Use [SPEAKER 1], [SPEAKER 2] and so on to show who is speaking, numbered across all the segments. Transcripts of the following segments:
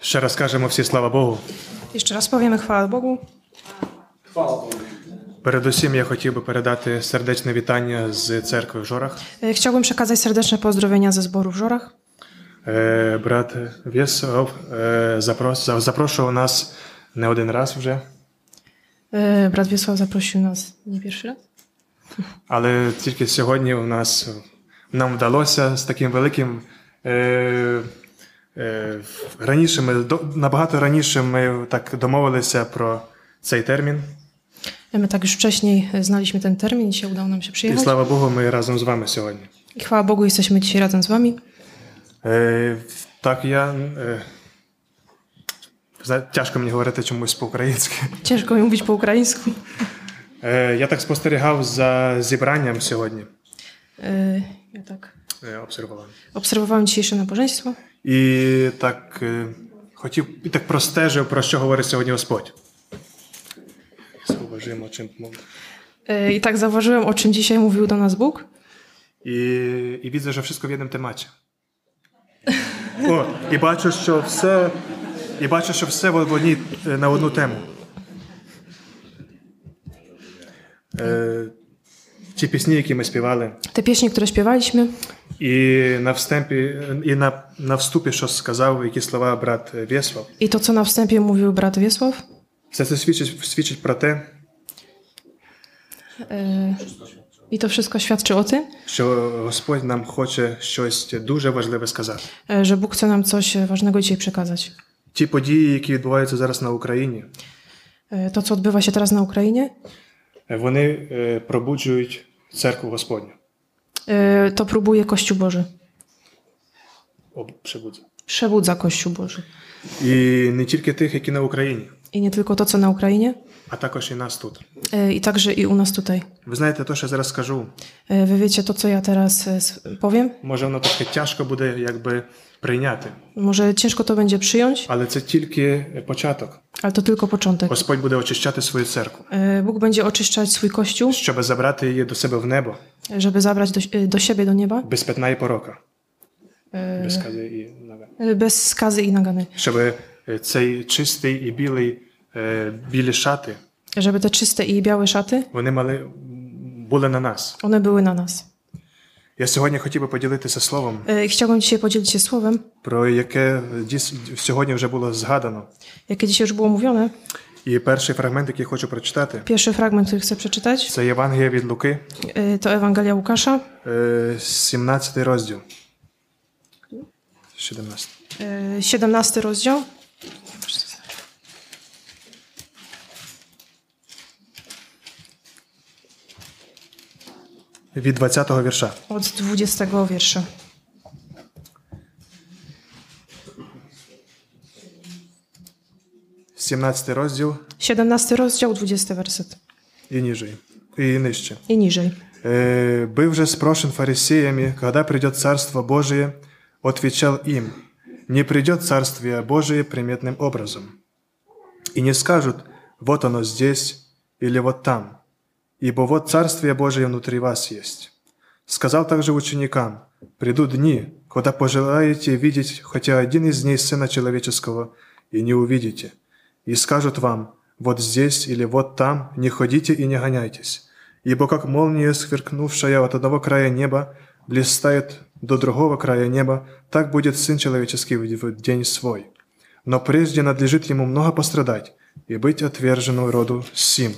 [SPEAKER 1] Ще раз кажемо всі слава Богу.
[SPEAKER 2] Jeszcze raz powiemy chwała Bogu.
[SPEAKER 1] Передусім я хотів би передати сердечне вітання з церкви в Жорах.
[SPEAKER 2] E, Chciałbym przekazać serdeczne pozdrowienia ze zboru w Żorach.
[SPEAKER 1] Е, Брат Вєсов е, запрос, за- запрошував нас не один раз вже,
[SPEAKER 2] E, Brat Wiesław zaprosił nas nie pierwszy raz.
[SPEAKER 1] але тільки сьогодні у нас нам вдалося з таким великим. Е, е, раніше ми до- набагато раніше ми так домовилися про цей термін.
[SPEAKER 2] My tak już wcześniej e, znaliśmy ten termin, dzisiaj udało nam się
[SPEAKER 1] І
[SPEAKER 2] przyjechać.
[SPEAKER 1] слава Богу, ми разом з вами сьогодні.
[SPEAKER 2] I chwała Bogu, jesteśmy dzisiaj razem z Wami.
[SPEAKER 1] Е, так, я. Е, зна- тяжко мені говорити чомусь по-українськи.
[SPEAKER 2] Ciężko mi mówić po ukraińsku.
[SPEAKER 1] Е, я так спостерігав за зібранням сьогодні,
[SPEAKER 2] E, Ja tak
[SPEAKER 1] е, обсервував.
[SPEAKER 2] obserwowałem dzisiejsze nabożeństwo
[SPEAKER 1] І так е, хотів і так простежив, про що говорить сьогодні Господь. Зауважимо, чим мов.
[SPEAKER 2] E, i tak zauważyłem, o czym dzisiaj mówił do nas Bóg.
[SPEAKER 1] І, і відза, що все в єдному тематі. О, і бачу, що все. І бачу, що все в одній, на одну тему. Е, ті пісні, які ми співали,
[SPEAKER 2] Te pieśni, które śpiewaliśmy
[SPEAKER 1] і на вступі, і на, на вступі, що сказав, які слова брат Вєслав,
[SPEAKER 2] i to, co na wstępie mówił brat Wiesław,
[SPEAKER 1] все це свідчить, свідчить про те,
[SPEAKER 2] e, i to wszystko świadczy o tym,
[SPEAKER 1] що Господь нам хоче щось дуже важливе сказати.
[SPEAKER 2] e, że Bóg chce nam coś e, ważnego dzisiaj przekazać.
[SPEAKER 1] Ті події, які відбуваються зараз на Україні,
[SPEAKER 2] E, To, co odbywa się teraz na Ukrainie,
[SPEAKER 1] вони е, пробуджують церкву Господню.
[SPEAKER 2] e, to próbuje Kościół Boży.
[SPEAKER 1] Об- Przebudza.
[SPEAKER 2] Przebudza Kościół Boży.
[SPEAKER 1] І не тільки тих, які на Україні,
[SPEAKER 2] I nie tylko to, co na Ukrainie,
[SPEAKER 1] а також і нас тут.
[SPEAKER 2] e, i także i u nas tutaj.
[SPEAKER 1] Ви знаєте, те, що я зараз скажу,
[SPEAKER 2] E, Wy wiecie to, co ja teraz e, s- powiem.
[SPEAKER 1] може воно трошки тяжко буде якби прийняти,
[SPEAKER 2] Może ciężko to będzie przyjąć,
[SPEAKER 1] але це тільки початок.
[SPEAKER 2] ale to tylko początek.
[SPEAKER 1] Господь буде очищати свою церкву,
[SPEAKER 2] E, Bóg będzie oczyszczać swój Kościół,
[SPEAKER 1] щоб zabрати її до себе в небо
[SPEAKER 2] żeby zabrać do, e, do siebie, do nieba,
[SPEAKER 1] без пятна і порока,
[SPEAKER 2] e,
[SPEAKER 1] без кази і наве.
[SPEAKER 2] e, bez skazy i nagany.
[SPEAKER 1] Щоб е, цей чистий і білий е, білі шати
[SPEAKER 2] Żeby te czyste i białe szaty,
[SPEAKER 1] вони мали були на нас.
[SPEAKER 2] one były na nas.
[SPEAKER 1] Я сьогодні хотів би поділитися словом,
[SPEAKER 2] E, Chciałbym dzisiaj podzielić się słowem,
[SPEAKER 1] про яке діс- сьогодні вже було zgadano.
[SPEAKER 2] jakie dzisiaj już było mówione.
[SPEAKER 1] І перший фрагмент, який хочу прочитати,
[SPEAKER 2] Pierwszy fragment, który chcę przeczytać,
[SPEAKER 1] це Євангелія від Луки,
[SPEAKER 2] e, to Ewangelia Łukasza,
[SPEAKER 1] е, 17 розділ. 17.
[SPEAKER 2] e, 17 rozdział.
[SPEAKER 1] Від 20-го вірша.
[SPEAKER 2] od 20 wiersza.
[SPEAKER 1] З 17 розділ
[SPEAKER 2] 17 rozdział, 20 werset
[SPEAKER 1] і ніже. І нижче.
[SPEAKER 2] i niżej.
[SPEAKER 1] Э, «Был же спрошен фарисеями, когда придет Царство Божие, отвечал им, не придет Царствие Божие приметным образом. И не скажут, вот оно здесь или вот там, ибо вот Царствие Божие внутри вас есть». Сказал также ученикам, «Придут дни, когда пожелаете видеть хотя один из дней Сына Человеческого, и не увидите. И скажут вам, вот здесь или вот там, не ходите и не гоняйтесь. Ибо как молния, сверкнувшая от одного края неба, блистает до другого края неба, так будет Сын Человеческий в- в день свой. Но прежде надлежит ему много пострадать и быть отверженную роду сим.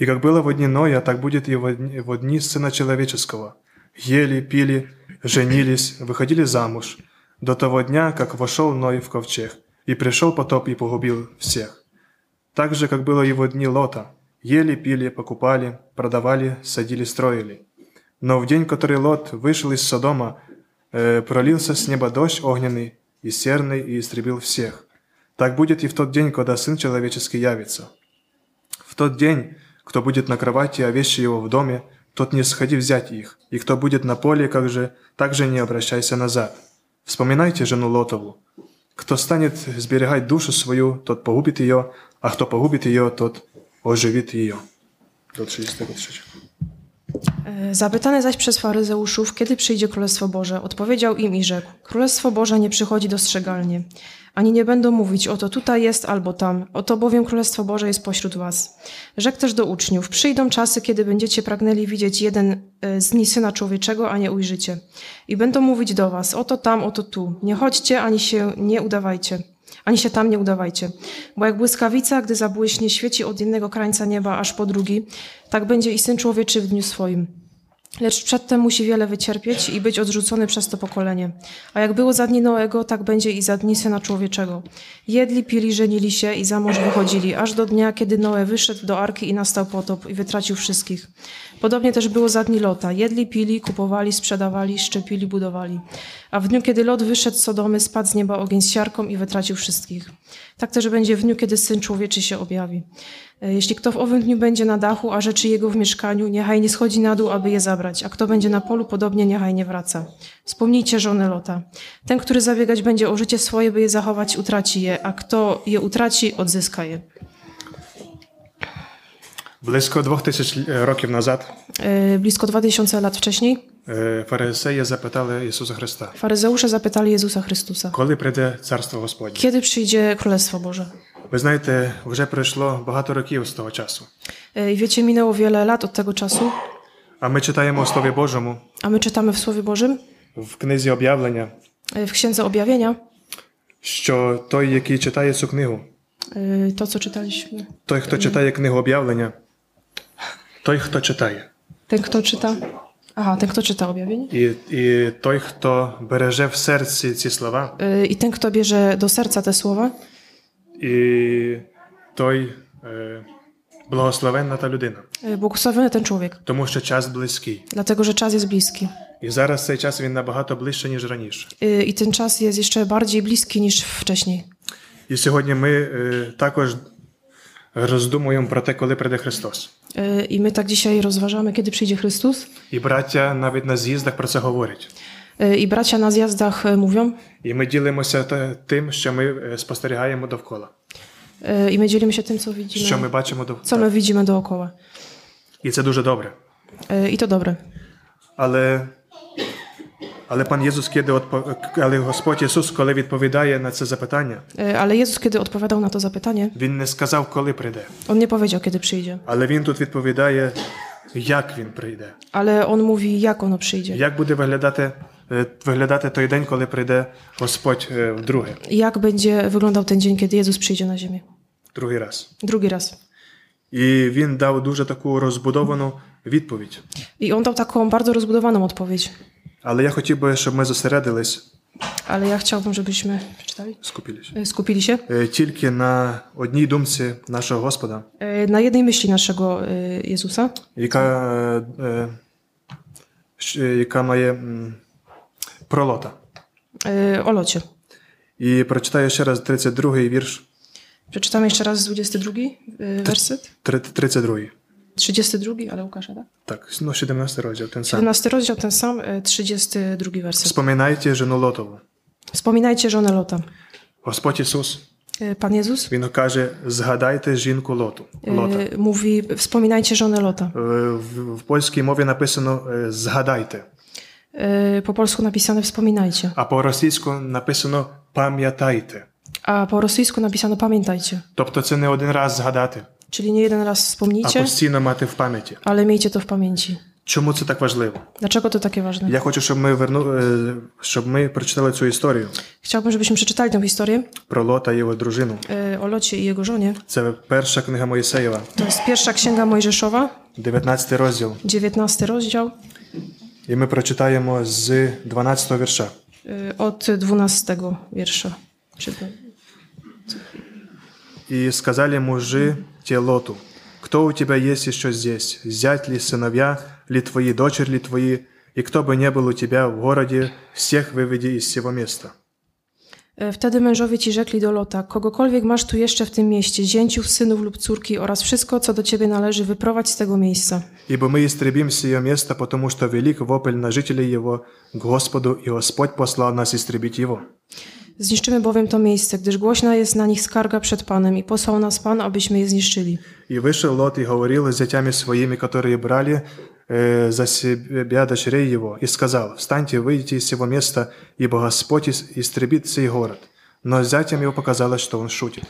[SPEAKER 1] И как было в дни Ноя, так будет и во дни, во дни Сына Человеческого. Ели, пили, женились, выходили замуж, до того дня, как вошел Ной в ковчег, и пришел потоп и погубил всех. Так же, как было и во дни Лота. Ели, пили, покупали, продавали, садили, строили. Но в день, который Лот вышел из Содома, э, пролился с неба дождь огненный и серный и истребил всех. Так будет и в тот день, когда Сын Человеческий явится. В тот день, кто будет на кровати, а вещи его в доме, тот не сходи взять их, и кто будет на поле, как же, так же не обращайся назад. Вспоминайте жену Лотову. Кто станет сберегать душу свою, тот погубит ее, а кто погубит ее, тот оживит ее. До 30-го стиха.
[SPEAKER 2] E, Zapytany zaś przez faryzeuszów, kiedy przyjdzie Królestwo Boże, odpowiedział im i rzekł: Królestwo Boże nie przychodzi dostrzegalnie, ani nie będą mówić: Oto tutaj jest albo tam, oto bowiem Królestwo Boże jest pośród was. Rzekł też do uczniów: Przyjdą czasy, kiedy będziecie pragnęli widzieć jeden e, z dni syna człowieczego, a nie ujrzycie. I będą mówić do was: Oto tam, oto tu. Nie chodźcie, ani się nie udawajcie ani się tam nie udawajcie. Bo jak błyskawica, gdy zabłyśnie, świeci od jednego krańca nieba aż po drugi, tak będzie i Syn Człowieczy w dniu swoim. Lecz przedtem musi wiele wycierpieć i być odrzucony przez to pokolenie. A jak było za dni Noego, tak będzie i za dni Syna Człowieczego. Jedli, pili, żenili się i za mąż wychodzili, aż do dnia, kiedy Noe wyszedł do Arki i nastał potop i wytracił wszystkich. Podobnie też było za dni Lota. Jedli, pili, kupowali, sprzedawali, szczepili, budowali. A w dniu, kiedy Lot wyszedł z Sodomy, spadł z nieba ogień z siarką i wytracił wszystkich. Tak też będzie w dniu, kiedy Syn Człowieczy się objawi. E, Jeśli kto w owym dniu będzie na dachu, a rzeczy jego w mieszkaniu, niechaj nie schodzi na dół, aby je zabrać. A kto będzie na polu, podobnie niechaj nie wraca. Wspomnijcie żony Lota. Ten, który zabiegać będzie o życie swoje, by je zachować, utraci je, a kto je utraci, odzyska je.
[SPEAKER 1] Близько двох тисяч е, років назад
[SPEAKER 2] E, Blisko 2000 lat wcześniej
[SPEAKER 1] е, фарисеї запитали Ісуса Христа,
[SPEAKER 2] faryzeusze zapytali Jezusa Chrystusa.
[SPEAKER 1] коли прийде царство Господнє.
[SPEAKER 2] Kiedy przyjdzie Królestwo Boże?
[SPEAKER 1] Ви знаєте, вже пройшло багато rokів з того часу.
[SPEAKER 2] E, I wiecie, minęło wiele lat od tego czasu,
[SPEAKER 1] А ми читаємо у Слові Божому
[SPEAKER 2] a my czytamy w Słowie Bożym,
[SPEAKER 1] в книзі об'явлення,
[SPEAKER 2] e, w Księdze Objawienia,
[SPEAKER 1] що той, який читає цю книгу,
[SPEAKER 2] e, to co czytaliśmy.
[SPEAKER 1] той, хто читає книгу об'явлення, той, хто czitaje,
[SPEAKER 2] Ten, kto czyta. Aha, ten, kto czyta objawienie.
[SPEAKER 1] і, і той, хто береже в серці ці слова,
[SPEAKER 2] E, I ten, kto bierze do serca te słowa,
[SPEAKER 1] і той е, благословенна та людина,
[SPEAKER 2] e, błogosławiony ten człowiek,
[SPEAKER 1] тому що час близький.
[SPEAKER 2] dlatego że czas jest bliski.
[SPEAKER 1] І зараз цей час він набагато ближче, ніж раніше.
[SPEAKER 2] E, I ten czas jest jeszcze bardziej bliski niż wcześniej.
[SPEAKER 1] І сьогодні ми е, також роздумуємо про те, коли прийде Христос.
[SPEAKER 2] E, I my tak dzisiaj rozważamy, kiedy przyjdzie Chrystus.
[SPEAKER 1] І браття навіть на з'їздах про це говорять.
[SPEAKER 2] E, I bracia na zjazdach e, mówią,
[SPEAKER 1] І ми ділимося те- тим, що ми е, спостерігаємо довкола,
[SPEAKER 2] e, i my dzielimy się tym, co
[SPEAKER 1] що ми
[SPEAKER 2] widzimy,
[SPEAKER 1] бачимо
[SPEAKER 2] co
[SPEAKER 1] довкола.
[SPEAKER 2] my widzimy dookoła.
[SPEAKER 1] І це дуже добре.
[SPEAKER 2] E, I to dobre.
[SPEAKER 1] Але, але пан Єсус кидає отпо... але Господь Ісус, коли відповідає на це запитання,
[SPEAKER 2] E, Ale Jezus, kiedy odpowiadał na to zapytanie,
[SPEAKER 1] Він не сказав, коли прийде.
[SPEAKER 2] on nie powiedział, kiedy przyjdzie,
[SPEAKER 1] Але Він тут відповідає, як він прийде,
[SPEAKER 2] ale on mówi, jak ono przyjdzie,
[SPEAKER 1] як буде виглядати, е, виглядати той день, коли прийде Господь е, вдруге,
[SPEAKER 2] jak będzie wyglądał ten dzień, kiedy Jezus przyjdzie na ziemię.
[SPEAKER 1] другий раз.
[SPEAKER 2] Drugi raz.
[SPEAKER 1] І він дав дуже таку розбудовану відповідь.
[SPEAKER 2] I on dał taką bardzo rozbudowaną odpowiedź,
[SPEAKER 1] Але я хотів би, щоб ми зосередились,
[SPEAKER 2] ale ja chciałbym, żebyśmy przeczytali,
[SPEAKER 1] скупились,
[SPEAKER 2] e, skupili się
[SPEAKER 1] е, тільки на одній думці нашого Господа,
[SPEAKER 2] e, na jednej myśli naszego e, Jezusa,
[SPEAKER 1] яка, е, е, щ- е, яка має м, пролота.
[SPEAKER 2] e, o locie.
[SPEAKER 1] І прочитаю ще раз 32-й wiersz.
[SPEAKER 2] Przeczytamy jeszcze raz 22 e, werset.
[SPEAKER 1] Три- 32-й.
[SPEAKER 2] 32, ale Łukasza, tak?
[SPEAKER 1] Так, ну, 17 розділ, ten сам.
[SPEAKER 2] 17 rozdział, ten sam, e, 32 werset.
[SPEAKER 1] Вспоминайте жену Лотову.
[SPEAKER 2] Wspominajcie żonę Lota.
[SPEAKER 1] Господь Ісус,
[SPEAKER 2] E, Pan Jezus
[SPEAKER 1] Він каже, згадайте жінку Лоту.
[SPEAKER 2] E,
[SPEAKER 1] Лота.
[SPEAKER 2] mówi, wspominajcie żonę Lota.
[SPEAKER 1] Е, В, в польській мові написано е, згадайте,
[SPEAKER 2] E, Po polsku napisane wspominajcie,
[SPEAKER 1] а по-російську написано пам'ятайте.
[SPEAKER 2] a po rosyjsku napisano pamiętajcie.
[SPEAKER 1] Тобто це не один раз згадати,
[SPEAKER 2] Czyli nie jeden raz
[SPEAKER 1] а
[SPEAKER 2] wspomnijcie,
[SPEAKER 1] постійно мати в пам'яті.
[SPEAKER 2] ale miejcie to w pamięci.
[SPEAKER 1] Czemu to tak ważne?
[SPEAKER 2] Dlaczego to takie ważne?
[SPEAKER 1] Я хочу, щоб ми верну, е, щоб ми прочитали цю історію
[SPEAKER 2] Chciałbym, żebyśmy przeczytali tę historię
[SPEAKER 1] про Лота і його дружину.
[SPEAKER 2] e, o Locie i jego żonie.
[SPEAKER 1] Це перша книга Моїсеєва,
[SPEAKER 2] To jest pierwsza księga Mojżeszowa,
[SPEAKER 1] 19 розділ.
[SPEAKER 2] 19 rozdział,
[SPEAKER 1] І ми прочитаємо з 12 вірша.
[SPEAKER 2] e, od 12 wiersza. Czy to-
[SPEAKER 1] И сказали мужи те Лоту, кто у тебя есть еще здесь, зять ли, сыновья ли твои, дочери ли твои, и кто бы не был у тебя в городе, всех wywedi из всего места.
[SPEAKER 2] E, Wtedy mężowie ci rzekli do Lota, kogokolwiek masz tu jeszcze w tym mieście, zięciów, synów lub córki oraz wszystko, co do ciebie należy, wyprowadź z tego miejsca.
[SPEAKER 1] Ибо мы истребим сие место, потому что велик вопль на жителей его к Господу, и Господь послал нас истребить его.
[SPEAKER 2] Zniszczymy bowiem to miejsce, gdyż głośna jest na nich skarga przed Panem i posłał nas Pan, abyśmy je zniszczyli.
[SPEAKER 1] И вышел Лот и говорил с зятями своими, которые брали, э, э, за себя дочерей его, и сказал, «Встаньте, выйдите из сего места, ибо Господь ис- истребит сей город». Но зятям его показалось, что он шутит.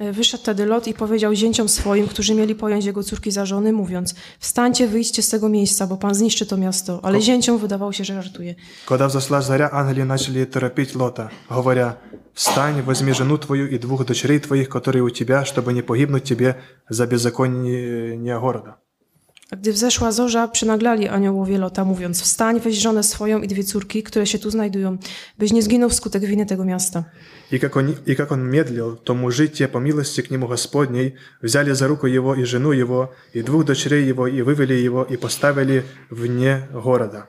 [SPEAKER 2] E, Wyszedł tedy Lot i powiedział zięciom swoim, którzy mieli pojąć jego córki za żony, mówiąc: Wstańcie, wyjdźcie z tego miejsca, bo pan zniszczy to miasto. Ale zięciom wydawało się, że żartuje.
[SPEAKER 1] Когда взошла заря, ангели начали торопить Лота, говоря, «Встань, возьми жену твою и двух дочерей твоих, которые у тебя, чтобы не погибнуть тебе за беззаконие города».
[SPEAKER 2] A gdy wzeszła zorza, przynaglali aniołowie Lota, mówiąc: Wstań, weź żonę swoją i dwie córki, które się tu znajdują, byś nie zginął wskutek winy tego miasta.
[SPEAKER 1] И как, он, и как он медлил, то мужи те по милости к нему Господней взяли за руку его и жену его, и двух дочерей его, и вывели его, и поставили вне города.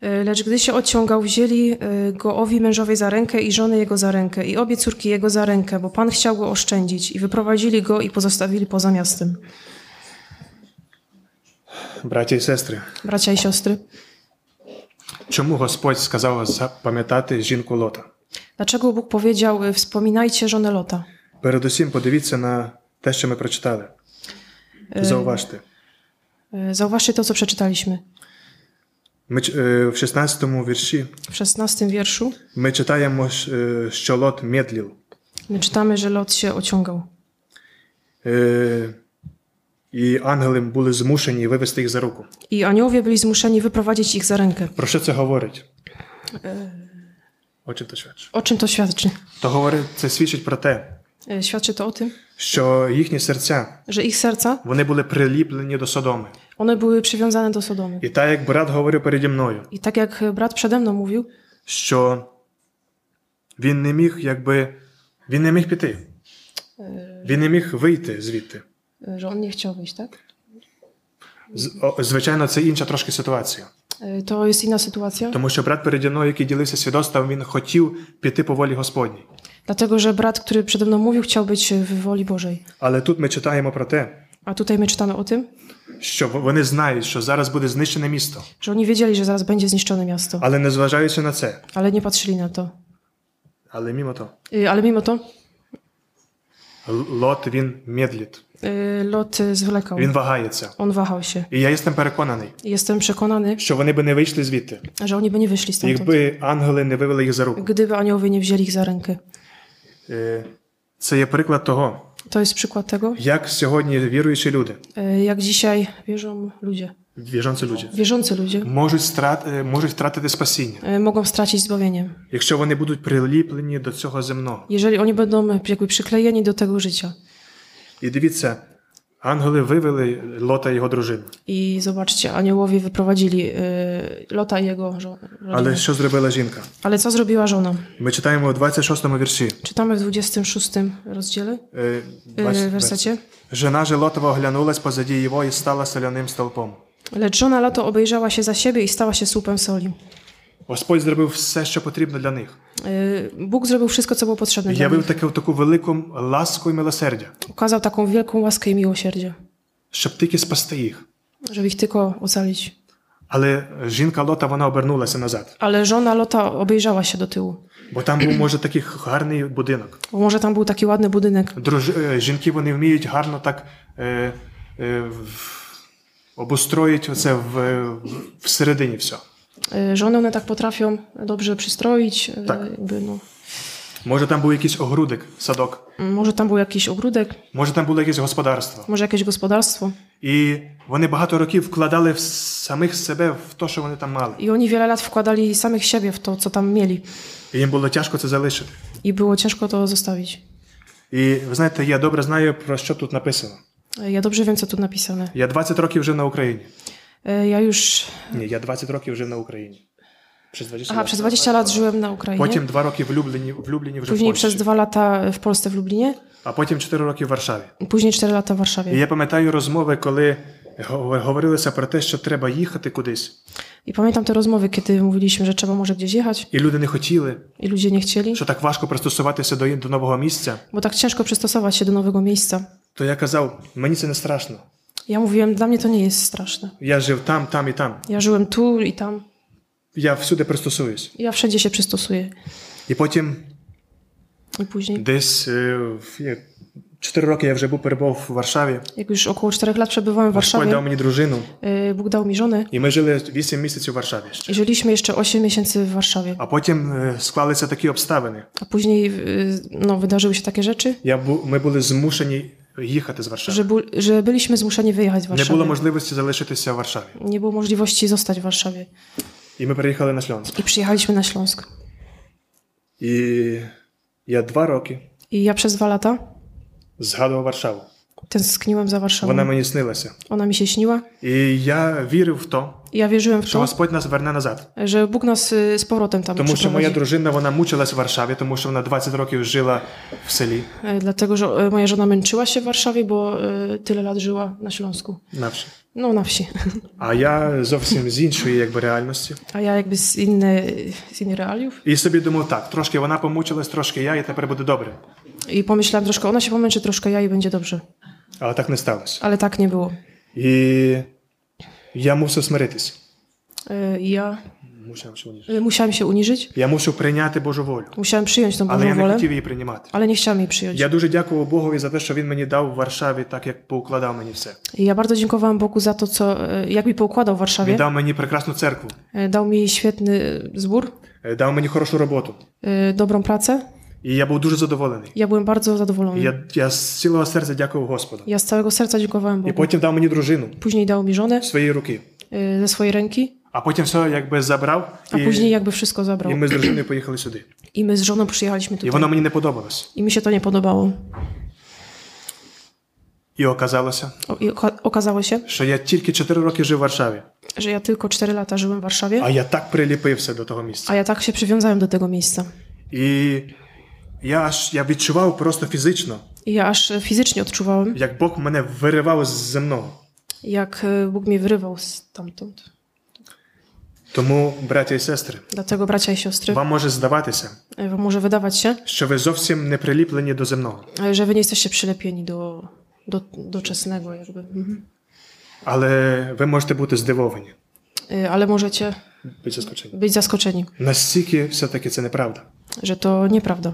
[SPEAKER 2] E, Lecz gdy się odciągał, wzięli e, go owi mężowie za rękę i żony jego za rękę, i obie córki jego za rękę, bo pan chciał go oszczędzić, i wyprowadzili go i pozostawili poza miastem.
[SPEAKER 1] Браті і сестри,
[SPEAKER 2] Bracia i siostry,
[SPEAKER 1] чому Господь сказав запам'ятати жінку Лота?
[SPEAKER 2] dlaczego Bóg powiedział: e, Wspominajcie żonę Lota?
[SPEAKER 1] Передусім подивіться на те, що ми прочитали.
[SPEAKER 2] Е.
[SPEAKER 1] Зауважте.
[SPEAKER 2] E, Y, Zauważcie to, co przeczytaliśmy
[SPEAKER 1] Ми, ч- е, в 16-му вірші
[SPEAKER 2] w 16 wierszu.
[SPEAKER 1] ми читаємо, ш- е, що Лот медлів.
[SPEAKER 2] My czytamy, że Lot się ociągał.
[SPEAKER 1] Е, І ангели були змушені вивести їх за руку.
[SPEAKER 2] I aniołowie byli zmuszeni wyprowadzić ich za rękę.
[SPEAKER 1] Про що це говорить? О чим то свідчить?
[SPEAKER 2] O czym to świadczy?
[SPEAKER 1] То говорить, це свідчить про те,
[SPEAKER 2] E, Świadczy to o tym,
[SPEAKER 1] що їхні серця
[SPEAKER 2] że ich serca,
[SPEAKER 1] вони були приліплені до Содоми.
[SPEAKER 2] one były przywiązane do Sodomy.
[SPEAKER 1] І так як брат говорив переді мною,
[SPEAKER 2] I tak jak e, brat przede mną mówił,
[SPEAKER 1] що він не міг, якби він не міг піти, він не міg вийти звідти.
[SPEAKER 2] e, że on nie chciał wyjść, tak?
[SPEAKER 1] З- о, Звичайно, це інша трошки ситуація.
[SPEAKER 2] E, To jest inna sytuacja,
[SPEAKER 1] Тому що брат переді мною, який ділився свідоцтвом, він хотів піти по волі Господній.
[SPEAKER 2] dlatego że brat, który przede mną mówił, chciał być y, w woli Bożej.
[SPEAKER 1] Але тут ми читаємо про те,
[SPEAKER 2] A tutaj my czytamy o tym,
[SPEAKER 1] що в- вони знають, що зараз буде знищене місто,
[SPEAKER 2] że oni wiedzieli, że zaraz będzie zniszczone miasto,
[SPEAKER 1] але не зважаючи на це.
[SPEAKER 2] ale nie patrzyli na to.
[SPEAKER 1] Але мімо то,
[SPEAKER 2] E, Ale mimo to
[SPEAKER 1] Л- Лот він медліт,
[SPEAKER 2] e, Lot e, zwlekał.
[SPEAKER 1] він вагається.
[SPEAKER 2] On wahał się.
[SPEAKER 1] І я єстем переконаний,
[SPEAKER 2] Jestem przekonany,
[SPEAKER 1] що вони би не вийшли звідти,
[SPEAKER 2] że oni by nie wyszli stamtąd,
[SPEAKER 1] якби ангели не вивели їх за руку.
[SPEAKER 2] gdyby aniołowie nie wzięli ich za rękę.
[SPEAKER 1] Е, Це є приклад того,
[SPEAKER 2] To jest przykład tego,
[SPEAKER 1] як sьогодні віруючі люди,
[SPEAKER 2] e, jak dzisiaj wierzą ludzie,
[SPEAKER 1] віжонці люди,
[SPEAKER 2] wierzący ludzie,
[SPEAKER 1] можуть, страт, е, можуть втратити спасіння,
[SPEAKER 2] e, mogą stracić zbawienie,
[SPEAKER 1] якщо вони будуть приліплені до цього земного.
[SPEAKER 2] jeżeli oni będą jakby przyklejeni do tego życia.
[SPEAKER 1] І дивіться, ангели вивели Лота і його дружину.
[SPEAKER 2] I zobaczcie, aniołowie wyprowadzili e, Lota i jego żo- rodzinę.
[SPEAKER 1] Але що зробила жінка?
[SPEAKER 2] Ale co zrobiła żona?
[SPEAKER 1] Ми читаємо у 26-му вірші.
[SPEAKER 2] Czytamy w 26 rozdziale,
[SPEAKER 1] е,
[SPEAKER 2] e,
[SPEAKER 1] 20
[SPEAKER 2] wersecie.
[SPEAKER 1] Жена же Лотова оглянулась позаді його і стала соляним столпом.
[SPEAKER 2] Lecz żona Lota obejrzała się za siebie i stała się słupem soli.
[SPEAKER 1] Господь зробив все, що потрібно для них.
[SPEAKER 2] E, Bóg zrobił wszystko, co było potrzebne dla
[SPEAKER 1] Явив
[SPEAKER 2] nich.
[SPEAKER 1] таку, taką велику ласку і милосердя,
[SPEAKER 2] Okazał taką wielką łaskę i miłosierdzie,
[SPEAKER 1] щоб тільки спасти їх.
[SPEAKER 2] żeby ich tylko ocalić.
[SPEAKER 1] Але жінка Лота вона обернулася назад,
[SPEAKER 2] Ale żona Lota obejrzała się do tyłu.
[SPEAKER 1] бо там був може такий гарний будинок.
[SPEAKER 2] Bo może tam był taki ładny budynek.
[SPEAKER 1] Друж... е, Жінки вони вміють гарно так е... Е... в- обустроїть оце в... е, в- всередині все.
[SPEAKER 2] Y, Żony one tak potrafią dobrze przystroić. y,
[SPEAKER 1] Tak.
[SPEAKER 2] Jakby, no.
[SPEAKER 1] Може, там був якийсь огрудик, садок,
[SPEAKER 2] Może tam był jakiś ogródek,
[SPEAKER 1] може, там було якесь господарство.
[SPEAKER 2] może jakieś gospodarstwo.
[SPEAKER 1] І вони багато років вкладали в самих себе в те, що вони там мали.
[SPEAKER 2] I oni wiele lat wkładali samych siebie w to, co tam mieli.
[SPEAKER 1] І їм було тяжко це залишити.
[SPEAKER 2] I było ciężko to zostawić.
[SPEAKER 1] І ви знаєте, я добре знаю, про що тут написано.
[SPEAKER 2] Y, Ja dobrze wiem, co tu napisane.
[SPEAKER 1] Я 20 років жив на Україні.
[SPEAKER 2] Y, Ja już.
[SPEAKER 1] Ні, я 20 років жив на Україні. Przez 20
[SPEAKER 2] Aha, przez 20 lat żyłem na Ukrainie.
[SPEAKER 1] Потім 2 роки в Любліні, в Любліні вже
[SPEAKER 2] Później
[SPEAKER 1] в Польщі.
[SPEAKER 2] przez dwa lata w Polsce, w Lublinie.
[SPEAKER 1] А потім 4 роки в Варшаві.
[SPEAKER 2] Później 4 lata w
[SPEAKER 1] І
[SPEAKER 2] Warszawie.
[SPEAKER 1] я пам'ятаю розмови, коли го- говорилося про те, що треба їхати kудись.
[SPEAKER 2] I pamiętam te rozmowy, kiedy mówiliśmy, że trzeba może gdzieś jechać.
[SPEAKER 1] І люди не хотіли,
[SPEAKER 2] I ludzie nie chcieli,
[SPEAKER 1] що так важко пристосуватися до, ін- до нового місця.
[SPEAKER 2] bo tak ciężko przystosować się do nowego miejsca.
[SPEAKER 1] То я казав, мені це не страшно.
[SPEAKER 2] Ja mówiłem, dla mnie to nie jest straszne.
[SPEAKER 1] Я жив там, там і там.
[SPEAKER 2] Ja żyłem tu i tam.
[SPEAKER 1] Я всюди пристосуюсь.
[SPEAKER 2] Ja wszędzie się przystosuję.
[SPEAKER 1] І потім
[SPEAKER 2] I później
[SPEAKER 1] десь е, в- як Cztery roki ja już był w Warszawie.
[SPEAKER 2] Jak już około czterech lat przebywałem w
[SPEAKER 1] Господь
[SPEAKER 2] Warszawie,
[SPEAKER 1] дав мені дружину,
[SPEAKER 2] y, Bóg dał mi żonę
[SPEAKER 1] і ми жили 8 місяців в Варшаві. ще.
[SPEAKER 2] i żyliśmy jeszcze 8 miesięcy w Warszawie.
[SPEAKER 1] А потім е, sklалися такі обставини.
[SPEAKER 2] A później y, no, wydarzyły się takie rzeczy,
[SPEAKER 1] Я бу- ми були zmuszeni їхати z Warszawy.
[SPEAKER 2] że, bu, że byliśmy zmuszeni wyjechać z
[SPEAKER 1] Не було
[SPEAKER 2] Warszawy.
[SPEAKER 1] можливості залишитися в Варшаві.
[SPEAKER 2] Nie było możliwości zostać w Warszawie.
[SPEAKER 1] І ми переїхали на Сльонськ.
[SPEAKER 2] I przyjechaliśmy na Śląsk.
[SPEAKER 1] І я два роки
[SPEAKER 2] I ja przez dwa lata
[SPEAKER 1] згадував Варшаву.
[SPEAKER 2] tęskniłem za
[SPEAKER 1] Вона
[SPEAKER 2] Warszawą.
[SPEAKER 1] мені снилася.
[SPEAKER 2] Ona mi się śniła.
[SPEAKER 1] І я вірив в то,
[SPEAKER 2] I ja wierzyłem w
[SPEAKER 1] що
[SPEAKER 2] to,
[SPEAKER 1] Господь нас верне назад.
[SPEAKER 2] że Bóg nas y, z powrotem tam
[SPEAKER 1] Тому що моя
[SPEAKER 2] przyprowadzi.
[SPEAKER 1] дружина вона мучилась в Варшаві, тому що вона 20 років жила в селі
[SPEAKER 2] E, Dlatego, że e, moja żona męczyła się w Warszawie, bo e, tyle lat żyła na Śląsku.
[SPEAKER 1] на вші.
[SPEAKER 2] No, na wsi.
[SPEAKER 1] А я zowsem z іншої якби realności.
[SPEAKER 2] A ja jakby z, inne, z innych realiów.
[SPEAKER 1] І собі думав, так, трошки вона помучилась, трошки я, і тепер буде добре.
[SPEAKER 2] I pomyślałam troszkę, ona się pomęczy, troszkę ja i będzie dobrze.
[SPEAKER 1] Але так не сталося.
[SPEAKER 2] Ale tak nie było.
[SPEAKER 1] І я мусив смиритись.
[SPEAKER 2] E, I ja
[SPEAKER 1] Мусив, мусив, мусив.
[SPEAKER 2] e, musiałam się uniżyć.
[SPEAKER 1] Я мусив прийняти Божу волю,
[SPEAKER 2] Musiałam przyjąć tą
[SPEAKER 1] але
[SPEAKER 2] Bożą
[SPEAKER 1] я не
[SPEAKER 2] wolę,
[SPEAKER 1] хотів її приймати.
[SPEAKER 2] ale nie chciałam jej przyjąć.
[SPEAKER 1] Я дуже дякував Богові за те, що він мені дав в Варшаві, так як поукладав мені все.
[SPEAKER 2] I ja bardzo dziękowałam Bogu za to, co, e, jak mi poukładał w
[SPEAKER 1] Він
[SPEAKER 2] Warszawie.
[SPEAKER 1] дав мені прекрасну церкву,
[SPEAKER 2] E, Dał mi świetny zbór,
[SPEAKER 1] е, dał mені хорошу роботу.
[SPEAKER 2] e, dobrą pracę.
[SPEAKER 1] І я був дуже задоволений.
[SPEAKER 2] Ja byłem bardzo zadowolony.
[SPEAKER 1] І Я, я з цілого серця дякував Господу.
[SPEAKER 2] Ja z całego serca dziękowałem
[SPEAKER 1] І
[SPEAKER 2] Bogu.
[SPEAKER 1] потім дав мені дружину
[SPEAKER 2] Później dał mi żonę
[SPEAKER 1] своєї руки.
[SPEAKER 2] e, ze swojej ręki,
[SPEAKER 1] А потім все якби забрав,
[SPEAKER 2] a później
[SPEAKER 1] і,
[SPEAKER 2] jakby wszystko zabrał.
[SPEAKER 1] і ми з дружиною поїхали сюди.
[SPEAKER 2] I my z żoną przyjechaliśmy
[SPEAKER 1] І воно
[SPEAKER 2] tutaj.
[SPEAKER 1] мені не подобалось.
[SPEAKER 2] I mi się to nie podobało.
[SPEAKER 1] І оказалося,
[SPEAKER 2] O- I oka- okazało się,
[SPEAKER 1] що я тільки 4 роки жив в Варшаві,
[SPEAKER 2] że ja tylko 4 lata żyłem w Warszawie,
[SPEAKER 1] а я так приліпився до того місця.
[SPEAKER 2] a ja tak się przywiązałem do tego miejsca.
[SPEAKER 1] І я аж я відчував просто fizyczно,
[SPEAKER 2] I ja aż e, fizycznie odczuwałem,
[SPEAKER 1] як Бог мене виривав з земного.
[SPEAKER 2] jak e, Bóg mnie wyrywał stamtąd.
[SPEAKER 1] Тому, браття і сестри,
[SPEAKER 2] Dlatego bracia i siostry,
[SPEAKER 1] вам може здаватися,
[SPEAKER 2] e, wam może wydawać się,
[SPEAKER 1] що ви zowsім не приліплені до земного.
[SPEAKER 2] e, że wy nie jesteście przylepieni do, do doczesnego jakby. Mhm.
[SPEAKER 1] Але ви можете бути здивовані.
[SPEAKER 2] E, Ale możecie
[SPEAKER 1] Будь заскочені.
[SPEAKER 2] być zaskoczeni,
[SPEAKER 1] Настільки все-таки це неправда.
[SPEAKER 2] że to nieprawda.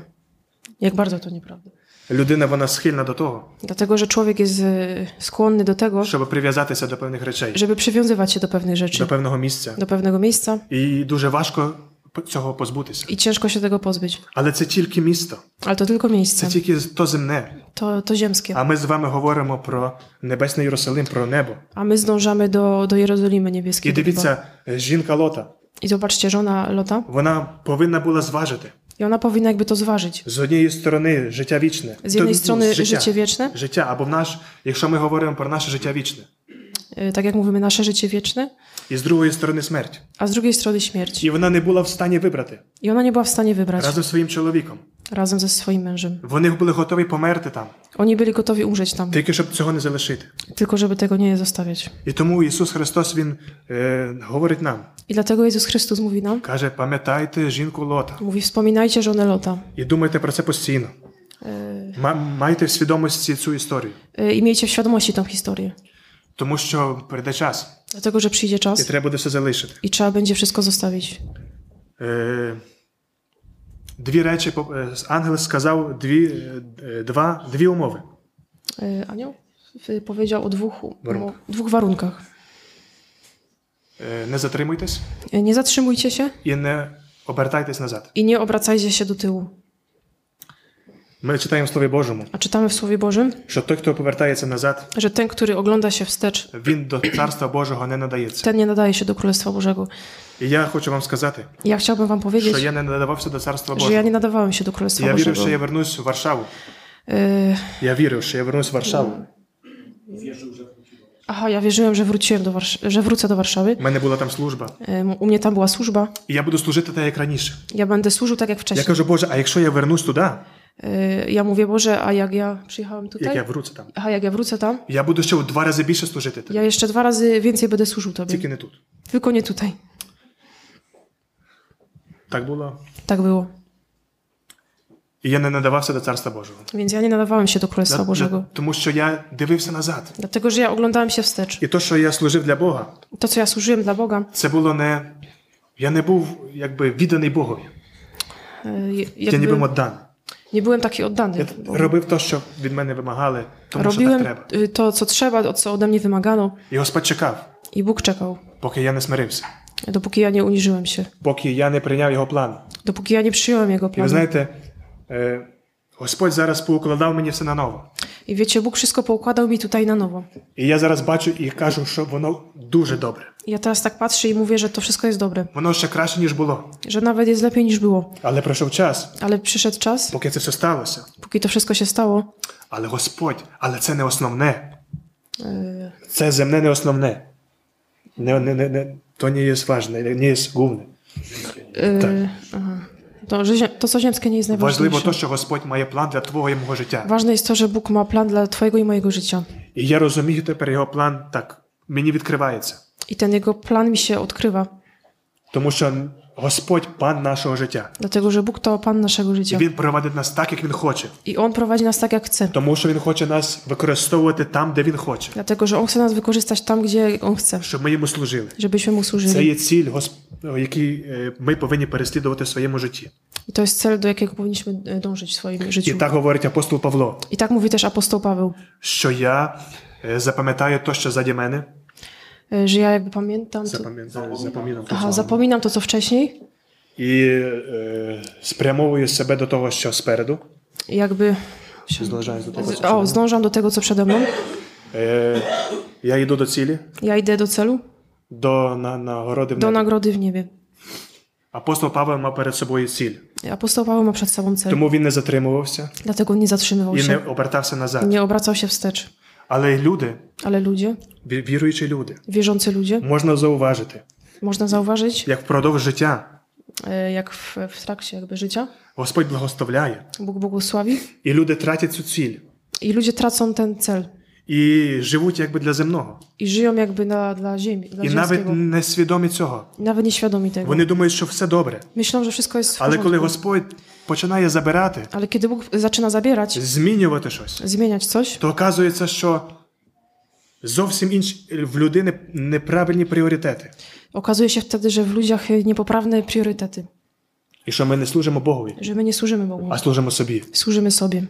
[SPEAKER 2] Jak bardzo to nieprawda.
[SPEAKER 1] Людина вона sхильна до того,
[SPEAKER 2] Dlatego, że człowiek jest e, skłonny do tego,
[SPEAKER 1] щоб прив'язатися до певних речей,
[SPEAKER 2] żeby przywiązywać się do pewnych rzeczy,
[SPEAKER 1] до певного місця.
[SPEAKER 2] do pewnego miejsca
[SPEAKER 1] І дуже важко п- цього позбутися.
[SPEAKER 2] i ciężko się tego pozbyć.
[SPEAKER 1] Але це тільки місто,
[SPEAKER 2] Ale to tylko
[SPEAKER 1] це
[SPEAKER 2] miejsce,
[SPEAKER 1] тільки то земне.
[SPEAKER 2] to, to ziemskie.
[SPEAKER 1] А ми з вами говоримо про небесний Єрусалим, про небо.
[SPEAKER 2] A my zdążamy do, do Jerozolimy
[SPEAKER 1] І
[SPEAKER 2] niebieskiej.
[SPEAKER 1] дивіться, е, жінка Лота,
[SPEAKER 2] I zobaczcie, żona Lota,
[SPEAKER 1] вона повинна була зважити
[SPEAKER 2] i ona powinna jakby то zważyć.
[SPEAKER 1] з однієї сторони життя вічне,
[SPEAKER 2] Z jednej
[SPEAKER 1] то, ну,
[SPEAKER 2] strony
[SPEAKER 1] життя.
[SPEAKER 2] życie wieczne,
[SPEAKER 1] життя або в наш, якщо ми говоримо про наше життя вічне,
[SPEAKER 2] y, tak jak mówimy, nasze życie wieczne,
[SPEAKER 1] і з другої сторони смерть.
[SPEAKER 2] a z drugiej strony śmierć.
[SPEAKER 1] І вона не була в стані вибрати
[SPEAKER 2] I ona nie była w stanie wybrać
[SPEAKER 1] разом з своїм чоловіком.
[SPEAKER 2] razem ze swoim mężem.
[SPEAKER 1] Вони були готові померти там,
[SPEAKER 2] Oni byli gotowi umrzeć tam,
[SPEAKER 1] тільки щоб цього не залишити.
[SPEAKER 2] tylko żeby tego nie zostawiać.
[SPEAKER 1] І тому Ісус Христос Він е, говорить нам,
[SPEAKER 2] I dlatego Jezus Chrystus mówi nam,
[SPEAKER 1] каже: пам'ятайте жінку Лота
[SPEAKER 2] mówi wspominajcie żonę Lota
[SPEAKER 1] і думайте про це постійно.
[SPEAKER 2] y,
[SPEAKER 1] Ма- Майте в свідомості цю історію,
[SPEAKER 2] y, i miejcie w świadomości tą historię.
[SPEAKER 1] тому що прийде час,
[SPEAKER 2] Dlatego, że przyjdzie
[SPEAKER 1] і
[SPEAKER 2] czas
[SPEAKER 1] треба буде все залишити.
[SPEAKER 2] i trzeba będzie wszystko zostawić.
[SPEAKER 1] Е, Дві речі по- е, ангел сказав дві, е, два, дві умови.
[SPEAKER 2] Y, Anioł y, powiedział o dwóch, o
[SPEAKER 1] Warunkach.
[SPEAKER 2] dwóch warunkach.
[SPEAKER 1] Е, Не затримуйтесь
[SPEAKER 2] Y, Nie zatrzymujcie się
[SPEAKER 1] і не обертайтесь назад.
[SPEAKER 2] i nie obracajcie się do tyłu.
[SPEAKER 1] Ми читаємо в Слові Божому,
[SPEAKER 2] A czytamy w Słowie Bożym,
[SPEAKER 1] що той, хто повертається назад,
[SPEAKER 2] że ten, który ogląda się wstecz,
[SPEAKER 1] він до Царства Божого не надається.
[SPEAKER 2] ten nie nadaje się do Królestwa Bożego.
[SPEAKER 1] І я хочу вам сказати,
[SPEAKER 2] Ja chciałbym wam powiedzieć,
[SPEAKER 1] що я не надавався до Царства
[SPEAKER 2] że ja
[SPEAKER 1] Божого.
[SPEAKER 2] nie nadawałem się do Królestwa
[SPEAKER 1] Я вірив,
[SPEAKER 2] Bożego.
[SPEAKER 1] що я вернусь в Варшаву.
[SPEAKER 2] Y,
[SPEAKER 1] Я вірив, що я вернусь в Варшаву.
[SPEAKER 2] Aha, ja wierzyłem, że wróciłem do Warsz- że wrócę do Warszawy.
[SPEAKER 1] У мене була там служба.
[SPEAKER 2] Y, U mnie tam była służba.
[SPEAKER 1] І я буду служити так, як раніше.
[SPEAKER 2] Ja będę służył tak jak
[SPEAKER 1] Я
[SPEAKER 2] wcześniej.
[SPEAKER 1] кажу, Боже, а якщо я вернусь туди,
[SPEAKER 2] Y, Ja mówię, Boże, a jak ja przyjechałem
[SPEAKER 1] як я
[SPEAKER 2] tutaj,
[SPEAKER 1] вруться там,
[SPEAKER 2] aha, jak ja wrócę tam,
[SPEAKER 1] я буду ще в два рази більше служити тобі,
[SPEAKER 2] ja jeszcze dwa razy więcej będę służył Tobie.
[SPEAKER 1] тільки не тут.
[SPEAKER 2] Tylko nie tutaj.
[SPEAKER 1] Так було.
[SPEAKER 2] Tak było.
[SPEAKER 1] І я не надавався до Царства Божого.
[SPEAKER 2] Więc ja nie nadawałem się do Królestwa
[SPEAKER 1] Да-
[SPEAKER 2] Bożego.
[SPEAKER 1] да- Тому що я дивився назад.
[SPEAKER 2] Dlatego, że ja oglądałem się wstecz.
[SPEAKER 1] І то, що я служив для Бога,
[SPEAKER 2] To, co ja służyłem dla Boga,
[SPEAKER 1] це було не. Я не був якби відданий Богові.
[SPEAKER 2] y,
[SPEAKER 1] Я
[SPEAKER 2] jakby,
[SPEAKER 1] ніби віддан.
[SPEAKER 2] Nie byłem taki oddany.
[SPEAKER 1] Я
[SPEAKER 2] Bo
[SPEAKER 1] робив те, що від мене вимагали, тому що так
[SPEAKER 2] robiłem
[SPEAKER 1] треба.
[SPEAKER 2] y, to, co trzeba, to, co ode mnie wymagano,
[SPEAKER 1] І Господь чекав,
[SPEAKER 2] i Bóg czekał,
[SPEAKER 1] поки я не смирився,
[SPEAKER 2] dopóki ja nie uniżyłem się,
[SPEAKER 1] поки я не прийняв його план.
[SPEAKER 2] dopóki ja nie przyjąłem Jego
[SPEAKER 1] І ви
[SPEAKER 2] planu.
[SPEAKER 1] знаєте, е, Господь зараз поукладав мені все наново.
[SPEAKER 2] I wiecie, Bóg wszystko poukładał mi tutaj na nowo.
[SPEAKER 1] І я зараз бачу і кажу, що воно дуже добре.
[SPEAKER 2] I Ja teraz tak patrzę i mówię, że to wszystko jest dobre,
[SPEAKER 1] Воно ще краще, ніж було.
[SPEAKER 2] że nawet jest lepiej niż było.
[SPEAKER 1] Але пройшов час,
[SPEAKER 2] Ale przyszedł czas,
[SPEAKER 1] поки це все сталося.
[SPEAKER 2] póki to wszystko się stało,
[SPEAKER 1] Але Господь, але це не основне.
[SPEAKER 2] y,
[SPEAKER 1] Це земне не основне. Не, не, не, не, то не є важне, не є główne.
[SPEAKER 2] y,
[SPEAKER 1] Tak.
[SPEAKER 2] aha. to, że, ziem- to, co ziemskie nie jest
[SPEAKER 1] Важливо
[SPEAKER 2] najważniejsze.
[SPEAKER 1] те, що Господь має план для твого і мого життя.
[SPEAKER 2] Ważne jest to, że Bóg ma plan dla Twojego i mojego życia.
[SPEAKER 1] І я розумію тепер його план так. Мені відкривається.
[SPEAKER 2] I ten Jego plan mi się odkrywa,
[SPEAKER 1] Тому що Господь пан нашого життя.
[SPEAKER 2] dlatego że Bóg to Pan naszego
[SPEAKER 1] І
[SPEAKER 2] życia.
[SPEAKER 1] Він провадить нас так, як Він хоче.
[SPEAKER 2] I On prowadzi nas tak, jak chce.
[SPEAKER 1] Тому що Він хоче нас використовувати там, де Він хоче,
[SPEAKER 2] Dlatego, że On chce nas wykorzystać tam, gdzie On chce,
[SPEAKER 1] щоб ми йому служили.
[SPEAKER 2] żebyśmy Mu
[SPEAKER 1] Це
[SPEAKER 2] służyli.
[SPEAKER 1] є ціль, Госп- який е, ми повинні переслідувати в своєму житті.
[SPEAKER 2] I to jest cel, do jakiego powinniśmy e, dążyć w swoim
[SPEAKER 1] І
[SPEAKER 2] życiu.
[SPEAKER 1] так говорить апостол Павло,
[SPEAKER 2] I tak mówi też apostoł Paweł,
[SPEAKER 1] що я е, запам'ятаю те, що заді мене.
[SPEAKER 2] e, że ja jakby pamiętam, to,
[SPEAKER 1] Запам'ятаю, запам'ятаю.
[SPEAKER 2] aha, zapominam to, co wcześniej,
[SPEAKER 1] І е, спрямовую себе до того, що спереду.
[SPEAKER 2] i jakby...
[SPEAKER 1] Zdążając do tego, co
[SPEAKER 2] Z,
[SPEAKER 1] przede mną.
[SPEAKER 2] o, zdążam do tego, co przede mną.
[SPEAKER 1] Е, я йду до цілі,
[SPEAKER 2] Ja idę do celu,
[SPEAKER 1] до на, нагороди в
[SPEAKER 2] do
[SPEAKER 1] небі.
[SPEAKER 2] nagrody w niebie.
[SPEAKER 1] Апостол Павло мав перед собою ціль.
[SPEAKER 2] Apostoł Paweł ma przed sobą cel,
[SPEAKER 1] Тому він не затримувався
[SPEAKER 2] dlatego nie zatrzymywał
[SPEAKER 1] і не
[SPEAKER 2] się,
[SPEAKER 1] обертався назад.
[SPEAKER 2] nie obracał się wstecz.
[SPEAKER 1] Але люди,
[SPEAKER 2] Ale ludzie,
[SPEAKER 1] ві- віруючі люди,
[SPEAKER 2] wierzący ludzie,
[SPEAKER 1] можна зауважити,
[SPEAKER 2] można zauważyć,
[SPEAKER 1] як wprowadz życia
[SPEAKER 2] e, jak w, w trakcie jakby życia,
[SPEAKER 1] Господь благословляє,
[SPEAKER 2] Bóg błogosławi
[SPEAKER 1] і люди тратять цю ціль
[SPEAKER 2] i ludzie tracą ten cel.
[SPEAKER 1] і живуть якби для земного,
[SPEAKER 2] i żyją jakby na, dla ziemi, dla
[SPEAKER 1] і навіть
[SPEAKER 2] ziemskiego.
[SPEAKER 1] не свідомі цього.
[SPEAKER 2] Nawet nieświadomi tego.
[SPEAKER 1] Вони думають, що все добре.
[SPEAKER 2] Myślą, że wszystko jest w
[SPEAKER 1] Але
[SPEAKER 2] porządku.
[SPEAKER 1] коли Господь починає забирати,
[SPEAKER 2] Ale kiedy Bóg zaczyna zabierać,
[SPEAKER 1] змінювати щось,
[SPEAKER 2] zmieniać coś,
[SPEAKER 1] то оказується, що зовсім інші в людини неправильні пріоритети,
[SPEAKER 2] okazuje się wtedy, że w ludziach niepoprawne priorytety.
[SPEAKER 1] і що ми не служимо Богові,
[SPEAKER 2] Że my nie służymy Bogu.
[SPEAKER 1] а служимо собі.
[SPEAKER 2] Służymy sobie.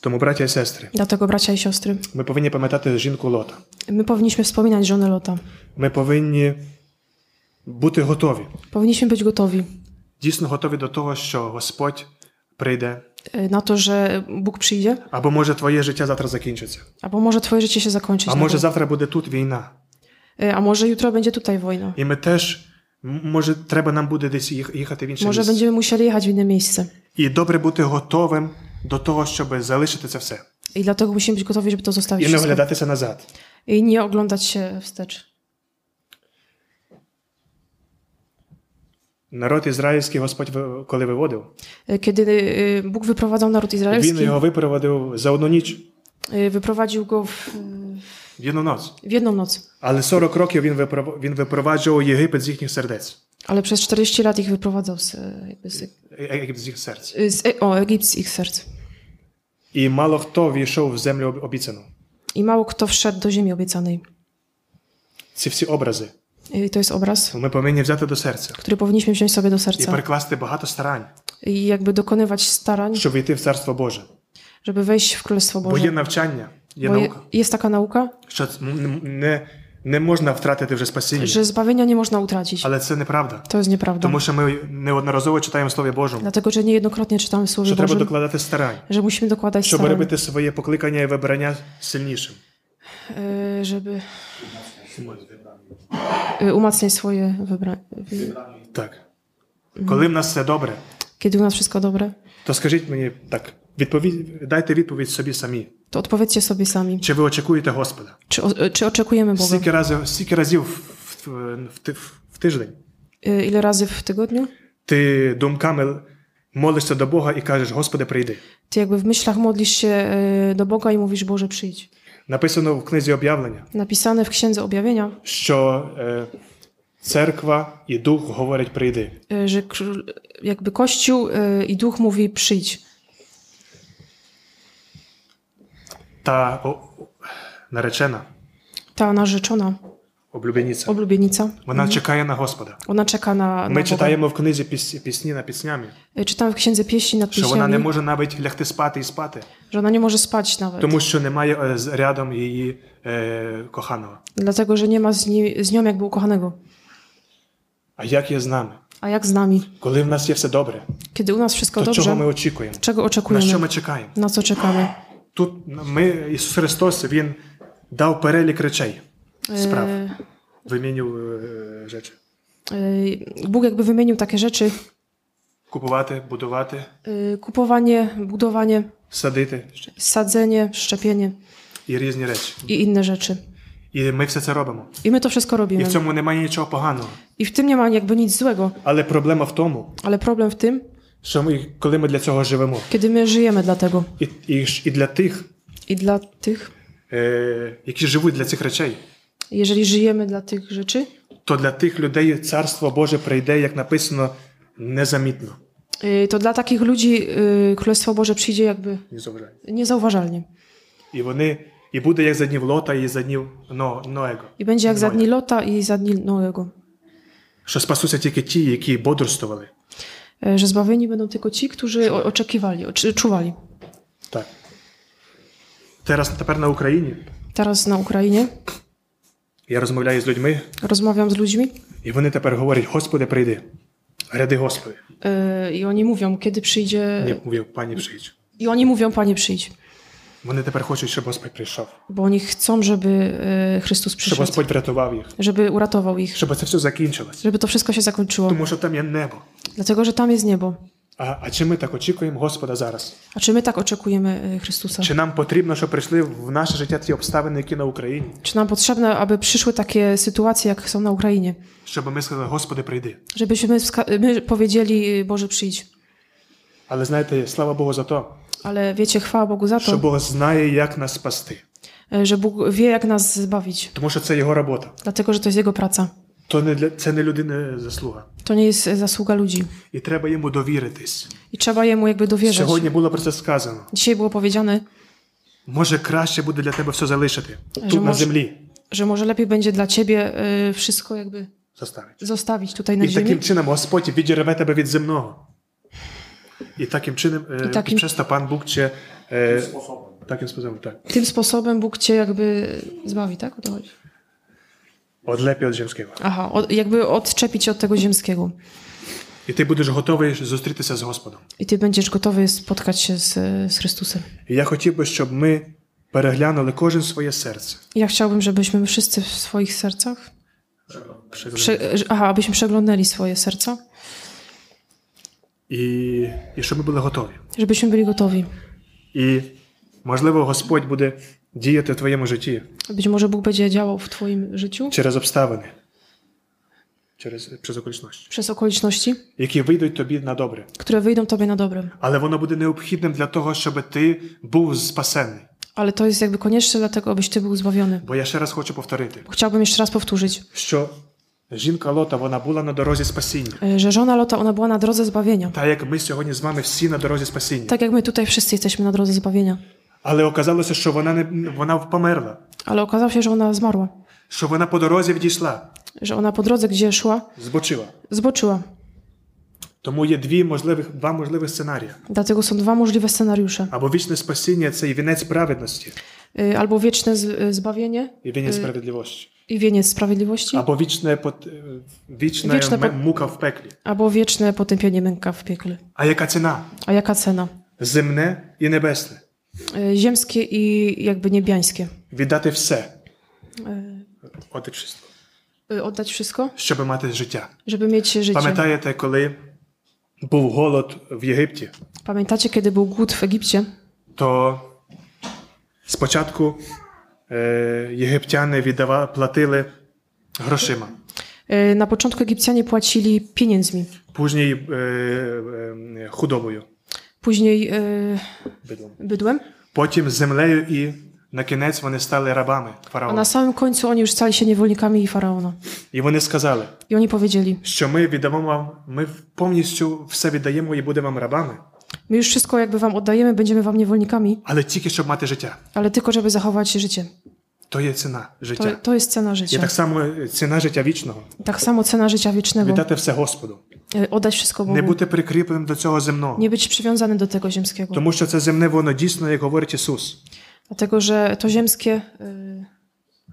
[SPEAKER 1] Тому, браття і сестри,
[SPEAKER 2] Dlatego bracia i siostry,
[SPEAKER 1] ми повинні пам'ятати жінку Лота.
[SPEAKER 2] my powinniśmy wspominać żonę Lota.
[SPEAKER 1] Ми powinні бути готові,
[SPEAKER 2] Powinniśmy być gotowi
[SPEAKER 1] дійсно готові до того, że Господь прийде,
[SPEAKER 2] y, na to, że Bóg przyjdzie,
[SPEAKER 1] або może Twoje życie завтра закінчиться,
[SPEAKER 2] albo może twoje życie się zakończyć.
[SPEAKER 1] а
[SPEAKER 2] nagle.
[SPEAKER 1] може завтра буде тут війна,
[SPEAKER 2] Y, A może jutro będzie tutaj wojna.
[SPEAKER 1] і ми теж. м- Може, треба нам буде десь їх- їхати в інше
[SPEAKER 2] Może
[SPEAKER 1] місце.
[SPEAKER 2] będziemy musieli jechać w inne miejsce.
[SPEAKER 1] І добре бути готовим до того, щоб залишити це все.
[SPEAKER 2] I dlatego musimy być gotowi, żeby to
[SPEAKER 1] І
[SPEAKER 2] zostawić.
[SPEAKER 1] не
[SPEAKER 2] wszystko.
[SPEAKER 1] оглядатися назад.
[SPEAKER 2] I nie oglądać się wstecz.
[SPEAKER 1] Народ ізраїльський Господь ви- коли wywodив,
[SPEAKER 2] kiedy y, Bóg wyprowadzał naród
[SPEAKER 1] він
[SPEAKER 2] izraelski,
[SPEAKER 1] його випроводив за одну ніч,
[SPEAKER 2] y, wyprowadził go w,
[SPEAKER 1] в одну ноч.
[SPEAKER 2] w jedną noc,
[SPEAKER 1] Але 40 років він випров- він випроваджував Єгипет з їхніх сердець.
[SPEAKER 2] ale przez 40 lat ich wyprowadzał z, e, jakby z,
[SPEAKER 1] Е- Єгипет з їх серць.
[SPEAKER 2] z e, o, Egipt z ich serc.
[SPEAKER 1] І мало хто війшов в землю об- обіцяну.
[SPEAKER 2] I mało kto wszedł do ziemi obiecanej.
[SPEAKER 1] Ці всі образи
[SPEAKER 2] Y, To jest obraz,
[SPEAKER 1] ми powinni взяти до серця
[SPEAKER 2] który powinniśmy wziąć sobie do
[SPEAKER 1] і
[SPEAKER 2] serca
[SPEAKER 1] прикласти багато старань,
[SPEAKER 2] i jakby dokonywać starań,
[SPEAKER 1] щоб війти в царство Боже.
[SPEAKER 2] żeby wejść в Królestwo
[SPEAKER 1] Бо є
[SPEAKER 2] Boże.
[SPEAKER 1] навчання, є
[SPEAKER 2] Bo je,
[SPEAKER 1] наука,
[SPEAKER 2] jest taka nauka,
[SPEAKER 1] що ц- м- м- не, не можна втратити вже спасіння.
[SPEAKER 2] że zbawienia nie można utracić.
[SPEAKER 1] Але це неправда.
[SPEAKER 2] To jest nieprawda.
[SPEAKER 1] Тому що ми неодноразоwo читаємо Слово Божому,
[SPEAKER 2] Dlatego, że niejednokrotnie czytamy w Słowie
[SPEAKER 1] що треба
[SPEAKER 2] Bożym,
[SPEAKER 1] докладати старань,
[SPEAKER 2] że musimy dokładać
[SPEAKER 1] щоб
[SPEAKER 2] starań,
[SPEAKER 1] робити своє покликання і вибрання сильнішим.
[SPEAKER 2] y, żeby y, umacniać swoje wybranie.
[SPEAKER 1] Так. Коли в нас все добре,
[SPEAKER 2] Kiedy u nas wszystko dobre,
[SPEAKER 1] то скажіть мені так, відповідь, дайте відповідь собі самі.
[SPEAKER 2] to odpowiedzcie sobie sami,
[SPEAKER 1] Чи ви очікуєте Господа?
[SPEAKER 2] czy, o, e, czy oczekujemy Boga?
[SPEAKER 1] Скільки разів, скільки разів в, в, в, ти- в tиждень
[SPEAKER 2] Y, Ile razy w tygodniu?
[SPEAKER 1] ти думками молишся до Бога і кажеш, Господи, прийди.
[SPEAKER 2] Ty jakby w myślach modlisz się y, do Boga i mówisz, Boże przyjdź.
[SPEAKER 1] Написано в книзі об'явлення,
[SPEAKER 2] Napisane w Księdze Objawienia,
[SPEAKER 1] що е, церква і дух говорять прийди.
[SPEAKER 2] y, że król- jakby Kościół y, i Duch mówi przyjdź.
[SPEAKER 1] Та о, наречена
[SPEAKER 2] Ta narzeczona
[SPEAKER 1] Облюблениця.
[SPEAKER 2] Oblubienica.
[SPEAKER 1] Вона чекає на Господа.
[SPEAKER 2] Ona czeka na. na
[SPEAKER 1] Ми
[SPEAKER 2] Boga.
[SPEAKER 1] читаємо в книзі піс- пісні на піснями,
[SPEAKER 2] Czytam w księdze pieśni nad
[SPEAKER 1] що вона не
[SPEAKER 2] pieśniami,
[SPEAKER 1] може навіть лягти спати і спати,
[SPEAKER 2] że ona nie może spać nawet.
[SPEAKER 1] тому що немає е, з- рядом її е, коханого.
[SPEAKER 2] Dlatego, że nie ma z, ni- z nią jakby ukochanego.
[SPEAKER 1] А як є з nami?
[SPEAKER 2] A jak z nami?
[SPEAKER 1] Коли в нас є все добре,
[SPEAKER 2] Kiedy u nas wszystko
[SPEAKER 1] то
[SPEAKER 2] dobrze,
[SPEAKER 1] чого ми очікуємо?
[SPEAKER 2] czego
[SPEAKER 1] На що
[SPEAKER 2] oczekujemy?
[SPEAKER 1] ми чекаємо?
[SPEAKER 2] Na co czekamy?
[SPEAKER 1] Тут ми, Ісус Христос, Він дав перелік речей, справ,
[SPEAKER 2] E,
[SPEAKER 1] вимінюв е, речі.
[SPEAKER 2] e, Bóg jakby wymienił takie rzeczy:
[SPEAKER 1] Купувати, будувати,
[SPEAKER 2] e, kupowanie, budowanie,
[SPEAKER 1] садити
[SPEAKER 2] sadzenie, szczepienie
[SPEAKER 1] і різні речі.
[SPEAKER 2] i inne rzeczy.
[SPEAKER 1] І ми все це робимо.
[SPEAKER 2] I my to wszystko
[SPEAKER 1] І
[SPEAKER 2] robimy.
[SPEAKER 1] в цьому немає нічого поганого.
[SPEAKER 2] I w tym nie ma jakby nic złego,
[SPEAKER 1] Але проблема в тому,
[SPEAKER 2] ale problem w tym,
[SPEAKER 1] що ми, коли ми для цього живемо,
[SPEAKER 2] kiedy my żyjemy dla tego
[SPEAKER 1] і, і, ж- і для тих,
[SPEAKER 2] i dla tych,
[SPEAKER 1] е, які живуть для цих речей,
[SPEAKER 2] jeżeli żyjemy dla tych rzeczy,
[SPEAKER 1] то для тих людей Царство Боже прийде, як написано, незамітно.
[SPEAKER 2] y, to dla takich ludzi y, Królestwo Boże przyjdzie jakby
[SPEAKER 1] Ні зображення.
[SPEAKER 2] niezauważalnie.
[SPEAKER 1] І вони, і буде як за днів Лота, і за днів Но, Ноего.
[SPEAKER 2] I będzie jak za
[SPEAKER 1] Noja.
[SPEAKER 2] dni Lota i za dni Noego.
[SPEAKER 1] Що спасуться тільки ті, які бодрствували.
[SPEAKER 2] Y, Że zbawieni będą tylko ci, którzy o- oczekiwali, oczy- czuwali.
[SPEAKER 1] Так. Teraz, тепер на Україні
[SPEAKER 2] Teraz na Ukrainie
[SPEAKER 1] я розмовляю з людьми,
[SPEAKER 2] rozmawiam z ludźmi
[SPEAKER 1] і вони тепер говорять: Господи, прийди. Гряди Господи.
[SPEAKER 2] y, i oni mówią, kiedy przyjdzie.
[SPEAKER 1] Ні, мовив, пані прийдь.
[SPEAKER 2] I oni mówią, Panie, przyjdź.
[SPEAKER 1] Вони тепер хочуть, щоб Господь прийшов,
[SPEAKER 2] Bo oni chcą, żeby y, Chrystus
[SPEAKER 1] щоб
[SPEAKER 2] przyszedł,
[SPEAKER 1] Господь врятував їх,
[SPEAKER 2] żeby uratował ich,
[SPEAKER 1] щоб це все закінчилось.
[SPEAKER 2] żeby to wszystko się zakończyło.
[SPEAKER 1] Тому що там є небо.
[SPEAKER 2] Dlatego, że tam jest niebo.
[SPEAKER 1] А, а чи ми так очікуємо Господа зараз?
[SPEAKER 2] A czy my tak oczekujemy y, Chrystusa?
[SPEAKER 1] Чи нам потрібно, щоб прийшли в наше життя ті обставини, які на Україні,
[SPEAKER 2] Czy nam potrzebne, aby przyszły takie sytuacje, jak są na Ukrainie?
[SPEAKER 1] щоб ми сказали, Господи, прийди.
[SPEAKER 2] Żebyśmy wska- my powiedzieli, y, Boże, przyjdź.
[SPEAKER 1] Але знаєте, slava Bogu za to,
[SPEAKER 2] Ale wiecie, chwała Bogu za
[SPEAKER 1] що
[SPEAKER 2] to,
[SPEAKER 1] Бог знає, як нас спасти,
[SPEAKER 2] e, że Bóg wie, jak nas zbawić.
[SPEAKER 1] тому що це його робота.
[SPEAKER 2] Dlatego, że to jest Jego praca.
[SPEAKER 1] То не для це не людини заслуга,
[SPEAKER 2] To nie jest e, zasługa ludzi.
[SPEAKER 1] і треба йому довіритись.
[SPEAKER 2] I trzeba Jemu jakby dowierzać.
[SPEAKER 1] Сьогодні було про це сказано.
[SPEAKER 2] Dzisiaj było powiedziane,
[SPEAKER 1] Може, краще буде для тебе все залишити тут
[SPEAKER 2] Що
[SPEAKER 1] на
[SPEAKER 2] може-
[SPEAKER 1] землі
[SPEAKER 2] że może lepiej będzie dla Ciebie e, wszystko jakby
[SPEAKER 1] заставити.
[SPEAKER 2] zostawić tutaj na
[SPEAKER 1] І
[SPEAKER 2] ziemi.
[SPEAKER 1] таким чином Господь відірве тебе від земного. І таким чином, е,
[SPEAKER 2] І таким-
[SPEAKER 1] через то пан Бог ще е, таким способом, так.
[SPEAKER 2] Tym sposobem Bóg Cię jakby zbawi, tak? O to chodzi.
[SPEAKER 1] Одлепі від земського.
[SPEAKER 2] Aha, od, jakby odczepi Cię od tego ziemskiego.
[SPEAKER 1] І ти будеш готовий зустрітися з Господом.
[SPEAKER 2] I Ty będziesz gotowy spotkać się z, y, z Chrystusem.
[SPEAKER 1] І я хотів би, щоб ми переглянули кожен своє серце.
[SPEAKER 2] Ja chciałbym, żebyśmy my wszyscy w swoich sercach.
[SPEAKER 1] Прzegląd-
[SPEAKER 2] Prze, że- aha, abyśmy przeglądali swoje serca,
[SPEAKER 1] І, і щоб ми були готові.
[SPEAKER 2] żebyśmy byli gotowi.
[SPEAKER 1] І можливо, Господь буде діяти в твоєму житті
[SPEAKER 2] Być może Bóg będzie działał w Twoim życiu
[SPEAKER 1] через обставини, через через околічності,
[SPEAKER 2] przez okoliczności,
[SPEAKER 1] які вийдуть тобі на добре.
[SPEAKER 2] które wyjdą Tobie na dobre.
[SPEAKER 1] Але воно буде необхідним для того, щоб ти був спасений.
[SPEAKER 2] Ale to jest jakby konieczne dlatego, abyś Ty był zbawiony.
[SPEAKER 1] Бо я ще раз хочу повторити,
[SPEAKER 2] Chciałbym jeszcze raz powtórzyć,
[SPEAKER 1] що жінка Лота вона була на дорозі спасіння,
[SPEAKER 2] y, że żona Lota, ona była na drodze zbawienia.
[SPEAKER 1] та як ми сьогодні з вами всі на дорозі спасіння.
[SPEAKER 2] Tak jak my tutaj wszyscy jesteśmy na drodze zbawienia.
[SPEAKER 1] Але оказалося, що вона не вона померла,
[SPEAKER 2] Ale okazało się, że ona zmarła.
[SPEAKER 1] що вона по drodze відійшла,
[SPEAKER 2] Że ona po drodze, gdzie szła,
[SPEAKER 1] збочила.
[SPEAKER 2] zboczyła.
[SPEAKER 1] Тому є дві можливих, два можливих сценарії.
[SPEAKER 2] Dlatego są dwa możliwe scenariusze.
[SPEAKER 1] Або вічне спасіння це і вінець праведності,
[SPEAKER 2] Y, Albo wieczne z- y, zbawienie
[SPEAKER 1] і вінець справедливості,
[SPEAKER 2] i wieniec sprawiedliwości,
[SPEAKER 1] або вічне пот... е, вічна
[SPEAKER 2] Вічна
[SPEAKER 1] ме-
[SPEAKER 2] пот-
[SPEAKER 1] мука в пеклі.
[SPEAKER 2] albo wieczne potępienie męka w piekle.
[SPEAKER 1] А яка ціна?
[SPEAKER 2] A jaka cena?
[SPEAKER 1] Земне і небесне.
[SPEAKER 2] Y, Ziemskie i jakby niebiańskie.
[SPEAKER 1] Віддати все.
[SPEAKER 2] Y,
[SPEAKER 1] От і чисто.
[SPEAKER 2] y, Oddać wszystko,
[SPEAKER 1] Щоб мати життя.
[SPEAKER 2] żeby mieć życie.
[SPEAKER 1] Пам'ятаєте, коли був голод в Єгипті,
[SPEAKER 2] Pamiętacie, kiedy był głód w Egipcie?
[SPEAKER 1] то спочатку е, єгиптяни віддава, платили грошима.
[SPEAKER 2] Y, Na początku Egipcjanie płacili pieniędzmi,
[SPEAKER 1] Później е, е, худобою,
[SPEAKER 2] później y,
[SPEAKER 1] бидлом.
[SPEAKER 2] bydłem,
[SPEAKER 1] Потім землею і на кінець вони stali рабами
[SPEAKER 2] a
[SPEAKER 1] фараона.
[SPEAKER 2] na samym końcu oni już stali się niewolnikami faraona.
[SPEAKER 1] І вони сказали,
[SPEAKER 2] I oni powiedzieli:
[SPEAKER 1] що ми віддамо вам, ми повністю все віддаємо і будемо вам рабами,
[SPEAKER 2] My już wszystko jakby wam oddajemy, będziemy wam niewolnikami,
[SPEAKER 1] але тільки щоб мати життя.
[SPEAKER 2] ale tylko, żeby zachować życie.
[SPEAKER 1] То є ціна
[SPEAKER 2] To,
[SPEAKER 1] життя.
[SPEAKER 2] to jest cena
[SPEAKER 1] Є
[SPEAKER 2] życia.
[SPEAKER 1] так само е, ціна життя вічного.
[SPEAKER 2] Tak samo cena życia wiecznego.
[SPEAKER 1] Віддати все Господу.
[SPEAKER 2] E, Oddać wszystko
[SPEAKER 1] Не
[SPEAKER 2] Bogu.
[SPEAKER 1] бути прикріпленим до цього земного.
[SPEAKER 2] Nie być przywiązany do tego ziemskiego.
[SPEAKER 1] Тому що це земне, воно дійсно, як говорить Ісус,
[SPEAKER 2] Dlatego, że to ziemskie y,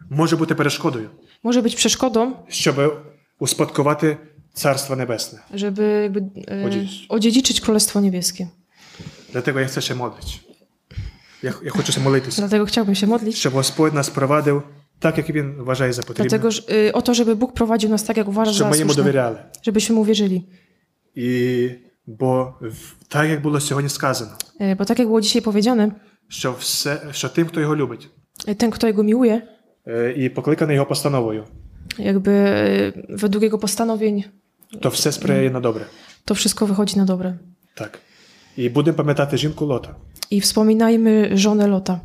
[SPEAKER 1] може бути перешкодою,
[SPEAKER 2] może być przeszkodą,
[SPEAKER 1] щоб успадкувати Царство Небесне.
[SPEAKER 2] żeby jakby, y,
[SPEAKER 1] Odziedziczyć.
[SPEAKER 2] odziedziczyć Królestwo Niebieskie.
[SPEAKER 1] Dlatego ja chcę się modlić. Ja, ja хочу się modlić,
[SPEAKER 2] Dlatego chciałbym się modlić.
[SPEAKER 1] щоб Господь нас провадив так, як Він вважає за потрібне,
[SPEAKER 2] Dlatego, że, y, o to, żeby Bóg prowadził nas tak, jak uważa
[SPEAKER 1] щоб
[SPEAKER 2] za
[SPEAKER 1] ми йому
[SPEAKER 2] słuszne.
[SPEAKER 1] довіряли.
[SPEAKER 2] Żebyśmy mu wierzyli.
[SPEAKER 1] І бо в- так як було сьогодні сказано,
[SPEAKER 2] Y, Bo tak jak było dzisiaj powiedziane,
[SPEAKER 1] що все, що тим, хто його любить,
[SPEAKER 2] y, ten, kto Jego miłuje,
[SPEAKER 1] е, і покликаний його постановою,
[SPEAKER 2] jakby y, według Jego postanowień,
[SPEAKER 1] то все сприяє на добре.
[SPEAKER 2] to wszystko wychodzi na dobre.
[SPEAKER 1] Так. І будемо пам'ятати жінку Лота.
[SPEAKER 2] I wspominajmy żonę Lota.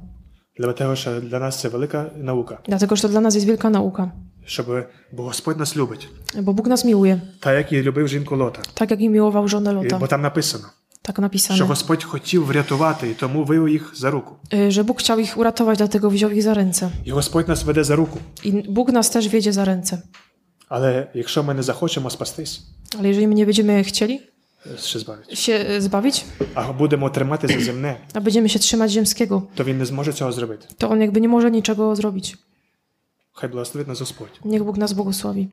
[SPEAKER 1] Для того, що для нас це велика наука,
[SPEAKER 2] Dlatego, że to dla nas jest wielka nauka.
[SPEAKER 1] щоб бо Господь нас любить,
[SPEAKER 2] Bo Bóg nas miłuje,
[SPEAKER 1] так як і любив жінку Лота.
[SPEAKER 2] tak jak i miłował żonę
[SPEAKER 1] І,
[SPEAKER 2] Lota.
[SPEAKER 1] бо там написано,
[SPEAKER 2] Tak
[SPEAKER 1] що
[SPEAKER 2] napisane.
[SPEAKER 1] Господь хотів врятувати, і тому вивів їх за руку.
[SPEAKER 2] Y, Że Bóg chciał ich uratować, dlatego wziął ich za ręce.
[SPEAKER 1] І Господь нас веде за руку.
[SPEAKER 2] I Bóg nas też wiedzie za ręce.
[SPEAKER 1] Але якщо ми не захочемо спастись,
[SPEAKER 2] Ale jeżeli my nie będziemy chcieli
[SPEAKER 1] е, ще збавить,
[SPEAKER 2] się y, zbawić,
[SPEAKER 1] а budемо тримати за земне,
[SPEAKER 2] a będziemy się trzymać ziemskiego,
[SPEAKER 1] то він не zmoże цього зробити.
[SPEAKER 2] to On jakby nie może niczego zrobić.
[SPEAKER 1] Хай благословить нас Господь.
[SPEAKER 2] Niech Bóg nas błogosławi.